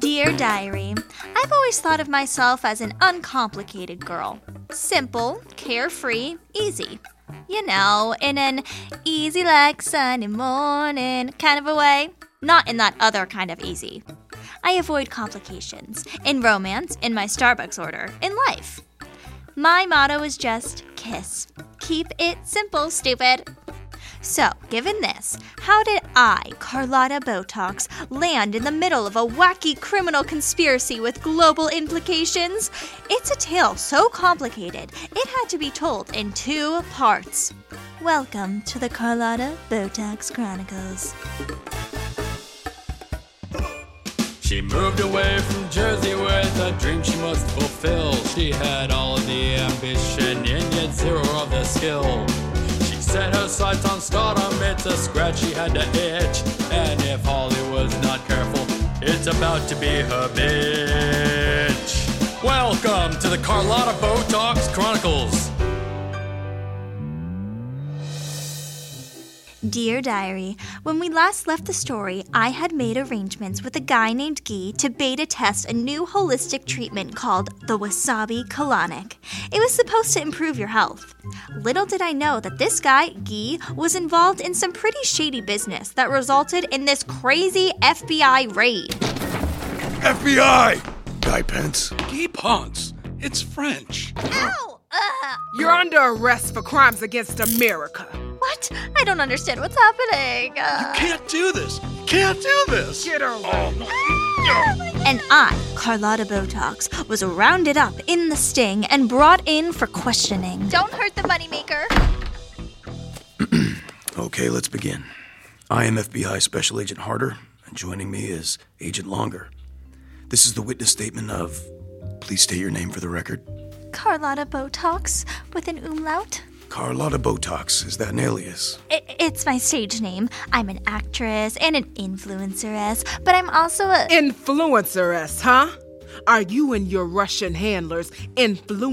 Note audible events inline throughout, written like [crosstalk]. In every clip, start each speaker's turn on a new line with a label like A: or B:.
A: Dear Diary, I've always thought of myself as an uncomplicated girl. Simple, carefree, easy. You know, in an easy like Sunday morning kind of a way. Not in that other kind of easy. I avoid complications in romance, in my Starbucks order, in life. My motto is just kiss. Keep it simple, stupid. So, given this, how did I, Carlotta Botox, land in the middle of a wacky criminal conspiracy with global implications? It's a tale so complicated, it had to be told in two parts. Welcome to the Carlotta Botox Chronicles.
B: She moved away from Jersey with a dream she must fulfill. She had all of the ambition and yet zero of the skill. She set her sights on stardom, it's a scratch she had to itch. And if Hollywood's not careful, it's about to be her bitch. Welcome to the Carlotta Botox Chronicles.
A: Dear Diary, when we last left the story, I had made arrangements with a guy named Guy to beta test a new holistic treatment called the Wasabi Colonic. It was supposed to improve your health. Little did I know that this guy, Guy, was involved in some pretty shady business that resulted in this crazy FBI raid.
C: FBI! Guy Pence.
D: Guy Ponce. It's French.
A: Ow! Uh,
E: You're under arrest for crimes against America.
A: what? I don't understand what's happening. Uh,
D: Can't do this. Can't do this.
E: Get over.
A: And I, Carlotta Botox, was rounded up in the sting and brought in for questioning. Don't hurt the moneymaker.
C: Okay, let's begin. I am FBI Special Agent Harder, and joining me is Agent Longer. This is the witness statement of. Please state your name for the record.
A: Carlotta Botox with an umlaut.
C: Carlotta Botox. Is that an alias?
A: I- it's my stage name. I'm an actress and an influenceress, but I'm also a.
E: Influenceress, huh? Are you and your Russian handlers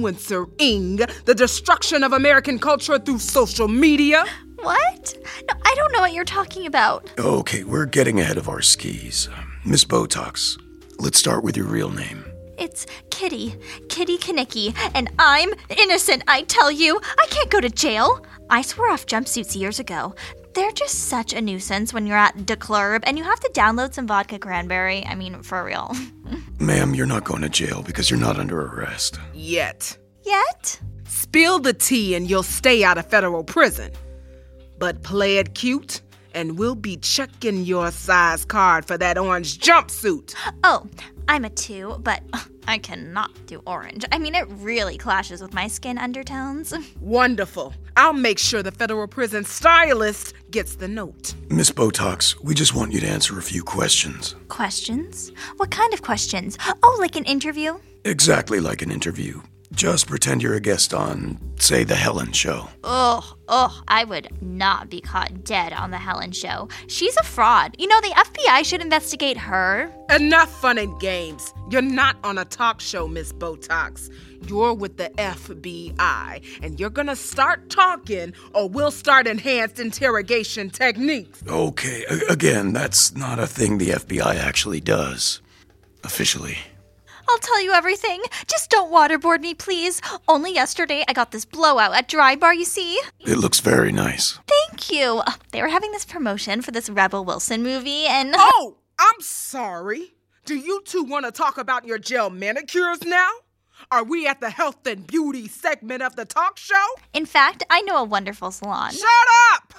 E: influencering the destruction of American culture through social media?
A: what? No, I don't know what you're talking about.
C: Okay, we're getting ahead of our skis. Miss Botox, let's start with your real name.
A: It's Kitty, Kitty Kanicki, and I'm innocent, I tell you. I can't go to jail. I swore off jumpsuits years ago. They're just such a nuisance when you're at the club and you have to download some vodka cranberry. I mean, for real. [laughs]
C: Ma'am, you're not going to jail because you're not under arrest.
E: Yet.
A: Yet?
E: Spill the tea and you'll stay out of federal prison. But play it cute, and we'll be checking your size card for that orange jumpsuit.
A: Oh, I'm a two, but I cannot do orange. I mean, it really clashes with my skin undertones. [laughs]
E: Wonderful. I'll make sure the federal prison stylist gets the note.
C: Miss Botox, we just want you to answer a few questions.
A: questions? What kind of questions? Oh, like an interview?
C: Exactly like an interview. Just pretend you're a guest on, say, The Helen Show.
A: Ugh, ugh, I would not be caught dead on the Helen show. She's a fraud. You know, the FBI should investigate her.
E: Enough fun and games. You're not on a talk show, Miss Botox. You're with the FBI, and you're gonna start talking, or we'll start enhanced interrogation techniques.
C: Okay, a- again, that's not a thing the FBI actually does. Officially.
A: I'll tell you everything. Just don't waterboard me, please. Only yesterday I got this blowout at Dry Bar, you see?
C: It looks very nice.
A: Thank you. Ugh, They were having this promotion for this Rebel Wilson movie, and.
E: Oh, I'm sorry. Do you two wanna talk about your gel manicures now? Are we at the health and beauty segment of the talk show?
A: In fact, I know a wonderful salon.
E: Shut up!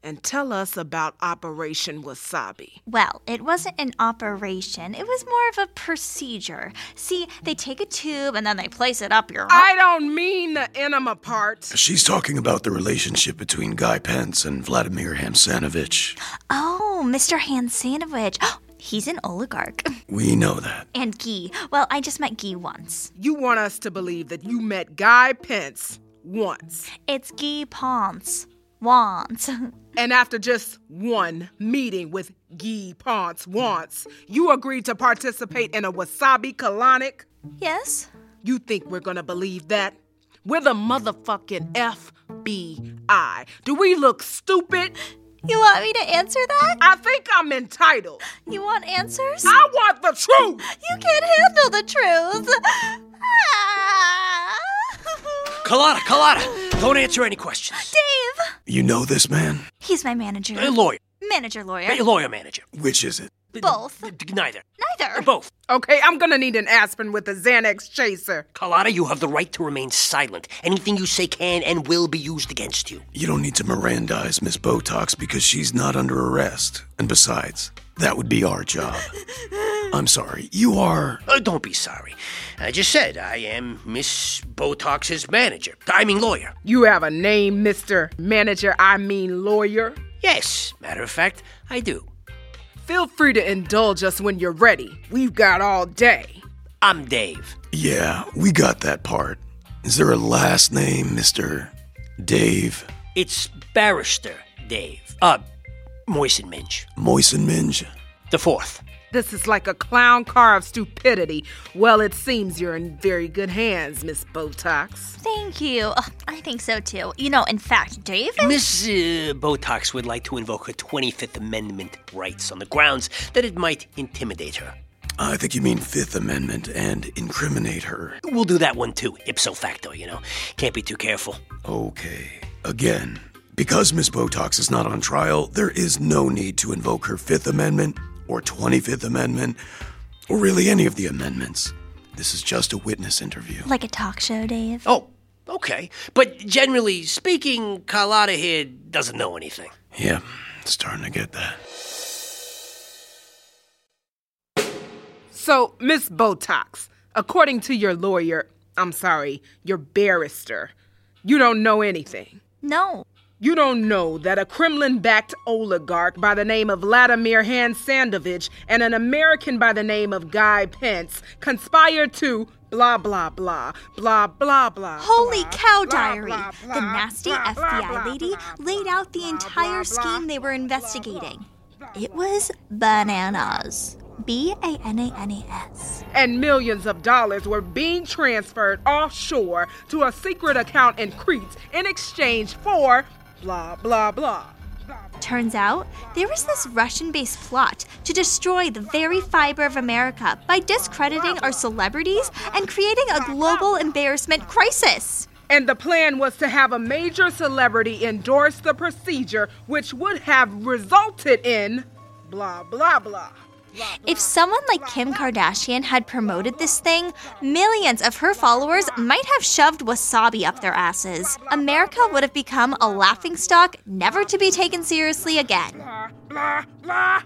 E: And tell us about Operation Wasabi.
A: Well, it wasn't an operation. It was more of a procedure. See, they take a tube and then they place it up your
E: I don't mean the enema part.
C: She's talking about the relationship between Guy Pence and Vladimir Hamsanovich.
A: Oh, Mr. Hand Sandwich. [gasps] He's an oligarch.
C: We know that.
A: and Guy. Well, I just met Guy once.
E: You want us to believe that you met Guy Pence once,
A: It's Guy Ponce. Wants.
E: and after just one meeting with Guy Pence once, you agreed to participate in a wasabi colonic?
A: [laughs] yes?
E: You think we're gonna believe that? We're the motherfucking FBI. Do we look stupid?
A: You want me to answer that?
E: I think I'm entitled.
A: You want answers?
E: I want the truth.
A: You can't handle the truth. [laughs] Ah.
F: Colada, Colada, don't answer any questions.
A: Dave!
C: You know this man?
A: He's my manager.
F: A lawyer,
A: Manager lawyer.
F: a lawyer manager.
C: Which is it?
A: Both.
F: Neither.
A: Neither.
F: Both.
E: Okay, I'm gonna need an aspirin with a Xanax chaser.
F: Colada, you have the right to remain silent. Anything you say can and will be used against you.
C: You don't need to Mirandize Miss Botox because she's not under arrest. And besides, that would be our job. I'm sorry. You are.
F: Uh, don't be sorry. I just said I am Miss Botox's manager. I mean, lawyer.
E: You have a name, Mr. Manager, I mean lawyer.
F: Yes, matter of fact, I do.
E: Feel free to indulge us when you're ready. We've got all day.
F: I'm Dave.
C: Yeah, we got that part. Is there a last name, Mr. Dave
F: It's Barrister Dave. Uh, Moisten Minch.
C: Moisenminge?
F: The fourth.
E: This is like a clown car of stupidity. Well, it seems you're in very good hands, Miss Botox.
A: Thank you. Ugh, I think so too. You know, in fact, Dave.
F: Miss uh, Botox would like to invoke her 25th Amendment rights on the grounds that it might intimidate her.
C: I think you mean Fifth Amendment and incriminate her.
F: We'll do that one too, ipso facto, you know. Can't be too careful.
C: Okay. Again, because Miss Botox is not on trial, there is no need to invoke her Fifth Amendment or 25th Amendment or really any of the amendments. This is just a witness interview.
A: Like a talk show, Dave.
F: Oh, okay. But generally speaking, Carlotta here doesn't know anything.
C: Yeah, starting to get that.
E: So, Miss Botox, according to your lawyer, I'm sorry, your barrister, you don't know anything.
A: No.
E: You don't know that a Kremlin backed oligarch by the name of Vladimir Hansandovich and an American by the name of Guy Pence conspired to blah, blah, blah, blah, blah, blah.
A: Holy
E: blah,
A: cow,
E: blah,
A: diary!
E: blah,
A: the
E: blah,
A: nasty
E: blah, blah,
A: FBI
E: blah,
A: lady
E: blah, blah,
A: laid out the entire
E: blah,
A: scheme they were investigating. It was bananas. B A N A N A S.
E: and millions of dollars were being transferred offshore to a secret account in Crete in exchange for blah, blah, blah.
A: Turns out, there was this Russian based plot to destroy the very fiber of America by discrediting our celebrities and creating a global embarrassment crisis.
E: And the plan was to have a major celebrity endorse the procedure, which would have resulted in blah, blah, blah.
A: If someone like Kim Kardashian had promoted this thing, millions of her followers might have shoved wasabi up their asses. America would have become a laughingstock, never to be taken seriously again.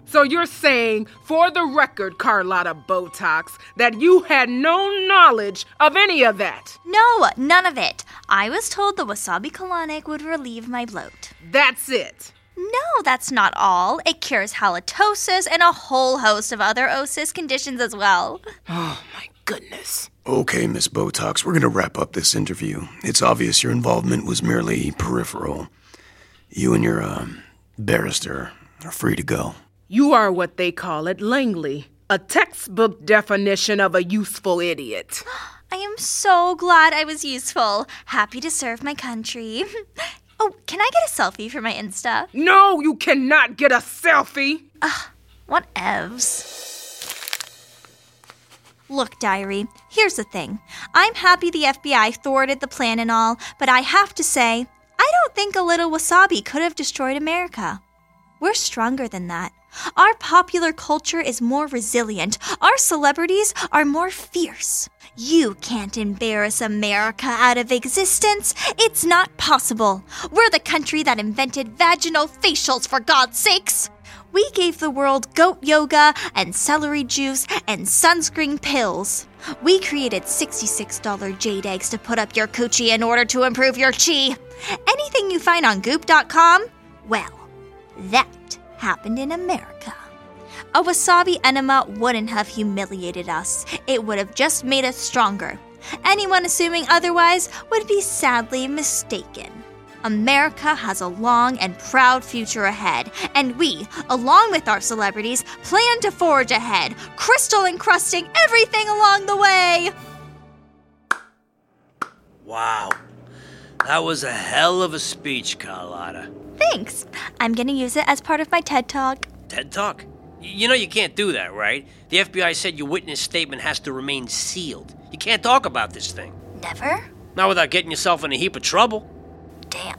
E: So you're saying, for the record, Carlotta Botox, that you had no knowledge of any of that.
A: No, none of it. I was told the wasabi colonic would relieve my bloat.
E: That's it.
A: No, that's not all. It cures halitosis and a whole host of other osis conditions as well.
E: My goodness.
C: Okay, Miss Botox, we're going to wrap up this interview. It's obvious your involvement was merely peripheral. You and your um, barrister are free to go.
E: You are what they call at Langley a textbook definition of a useful idiot.
A: I am so glad I was useful. Happy to serve my country. [laughs] oh, can I get a selfie for my Insta?
E: No, you cannot get a selfie.
A: What evs? Look, diary, here's the thing. I'm happy the FBI thwarted the plan and all, but I have to say, I don't think a little wasabi could have destroyed America. We're stronger than that. Our popular culture is more resilient. Our celebrities are more fierce. You can't embarrass America out of existence. It's not possible. We're the country that invented vaginal facials, for God's sakes. We gave the world goat yoga and celery juice and sunscreen pills. We created $66 jade eggs to put up your coochie in order to improve your chi. Anything you find on goop.com? Well, that happened in America. A wasabi enema wouldn't have humiliated us, it would have just made us stronger. Anyone assuming otherwise would be sadly mistaken. America has a long and proud future ahead, and we, along with our celebrities, plan to forge ahead, crystal encrusting everything along the way!
F: Wow. That was a hell of a speech, Carlotta.
A: Thanks. I'm gonna use it as part of my TED Talk.
F: TED Talk. Y- You know you can't do that, right? The FBI said your witness statement has to remain sealed. You can't talk about this thing.
A: Never?
F: Not without getting yourself in a heap of trouble.
A: Damn.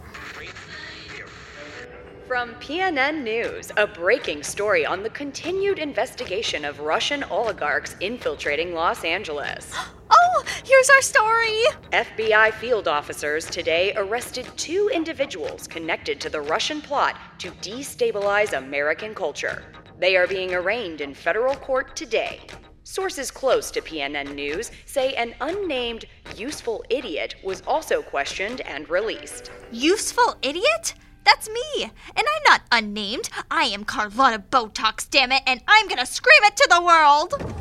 G: From PNN News, a breaking story on the continued investigation of Russian oligarchs infiltrating Los Angeles.
A: Oh, here's our story!
G: FBI field officers today arrested two individuals connected to the Russian plot to destabilize American culture. They are being arraigned in federal court today. Sources close to PNN News say an unnamed useful idiot was also questioned and released.
A: Useful idiot? That's me! And I'm not unnamed. I am Carlotta Botox, damn it, and I'm gonna scream it to the world!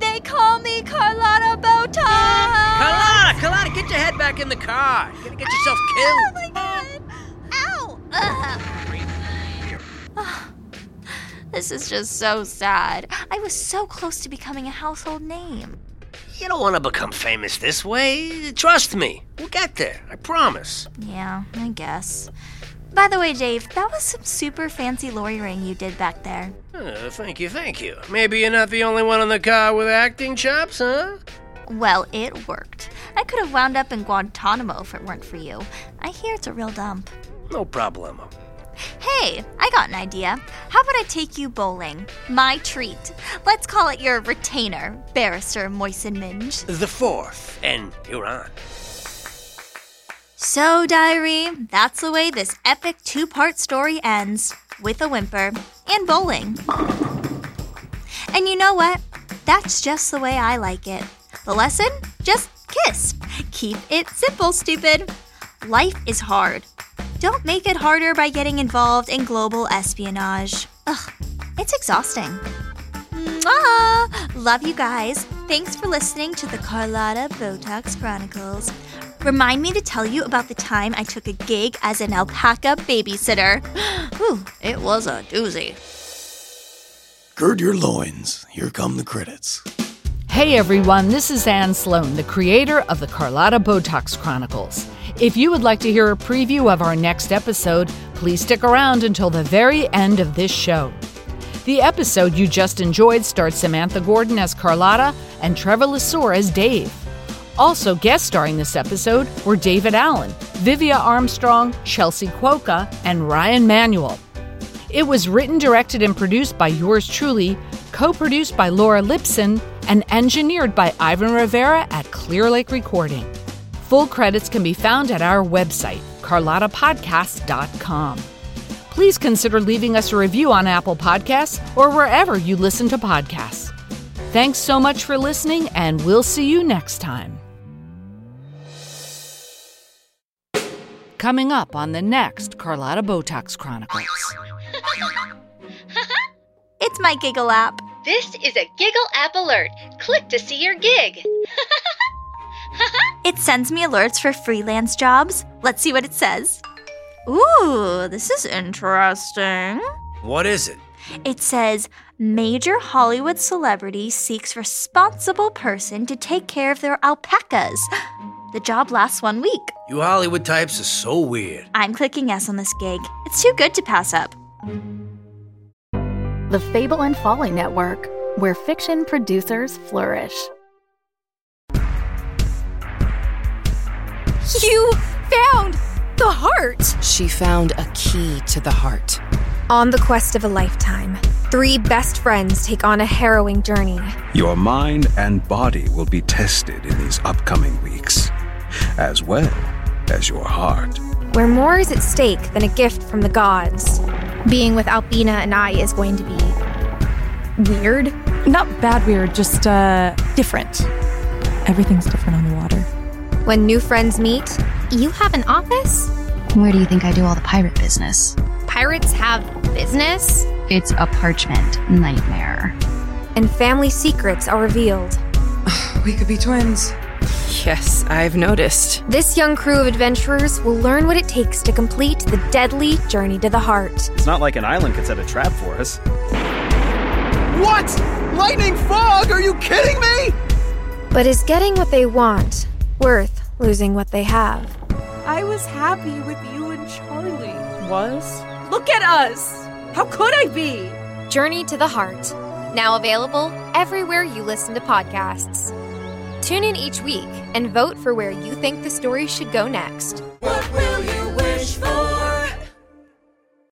A: They call me Carlotta Botox!
F: Carlotta, Carlotta, get your head back in the car. You're gonna get yourself
A: Oh
F: killed.
A: my god! Ow! Ugh. Ah, This is just so sad. I was so close to becoming a household name.
F: You don't want to become famous this way. Trust me. We'll get there. I promise.
A: Yeah, I guess. By the way, Dave, that was some super fancy Lori ring you did back there.
F: Uh, thank you, thank you. Maybe you're not the only one in the car with acting chops, huh?
A: Well, it worked. I could have wound up in Guantanamo if it weren't for you. I hear it's a real dump.
F: No problemo.
A: Hey, I got an idea. How about I take you bowling? My treat. Let's call it your retainer, Barrister Moisen Minge.
F: The fourth, and you're on.
A: So, diary, that's the way this epic two part story ends with a whimper and bowling. And you know what? That's just the way I like it. The lesson? Just kiss. Keep it simple, stupid. Life is hard. Don't make it harder by getting involved in global espionage. Ugh, it's exhausting. Mwah! Love you guys. Thanks for listening to the Carlotta Botox Chronicles. Remind me to tell you about the time I took a gig as an alpaca babysitter. [gasps] Whew, it was a doozy.
C: Gird your loins. Here come the credits.
H: Hey everyone, this is Ann Sloan, the creator of the Carlotta Botox Chronicles. If you would like to hear a preview of our next episode, please stick around until the very end of this show. The episode you just enjoyed starred Samantha Gordon as Carlotta and Trevor Lasur as Dave. Also guest starring this episode were David Allen, Vivia Armstrong, Chelsea Cuoca, and Ryan Manuel. It was written, directed, and produced by yours truly, co produced by Laura Lipson, and engineered by Ivan Rivera at Clear Lake Recording. Full credits can be found at our website, carlottapodcast.com. Please consider leaving us a review on Apple Podcasts or wherever you listen to podcasts. Thanks so much for listening, and we'll see you next time. Coming up on the next Carlotta Botox Chronicles.
A: It's my giggle app.
I: This is a Giggle App Alert. Click to see your gig.
A: It sends me alerts for freelance jobs. Let's see what it says. Ooh, this is interesting.
F: What is it?
A: It says Major Hollywood celebrity seeks responsible person to take care of their alpacas. The job lasts one week.
F: You Hollywood types are so weird.
A: I'm clicking yes on this gig. It's too good to pass up.
J: The Fable and Folly Network, where fiction producers flourish.
I: You found the heart.
K: She found a key to the heart.
I: On the quest of a lifetime, three best friends take on a harrowing journey.
L: Your mind and body will be tested in these upcoming weeks, as well as your heart.
I: where more is at stake than a gift from the gods. Being with Albina and I is going to be weird.
K: Not bad weird, just uh different. Everything's different on the water.
I: When new friends meet, you have an office?
J: Where do you think I do all the pirate business?
I: Pirates have business?
M: It's a parchment nightmare.
A: And family secrets are revealed.
E: We could be twins. Yes, I've noticed.
A: This young crew of adventurers will learn what it takes to complete the deadly journey to the heart.
B: It's not like an island could set a trap for us.
D: What? Lightning fog? Are you kidding me?
A: But is getting what they want worth losing what they have?
N: I was happy with you and Charlie.
O: Was?
N: Look at us! How could I be?
A: Journey to the Heart. Now available everywhere you listen to podcasts. Tune in each week and vote for where you think the story should go next.
P: What will you wish for?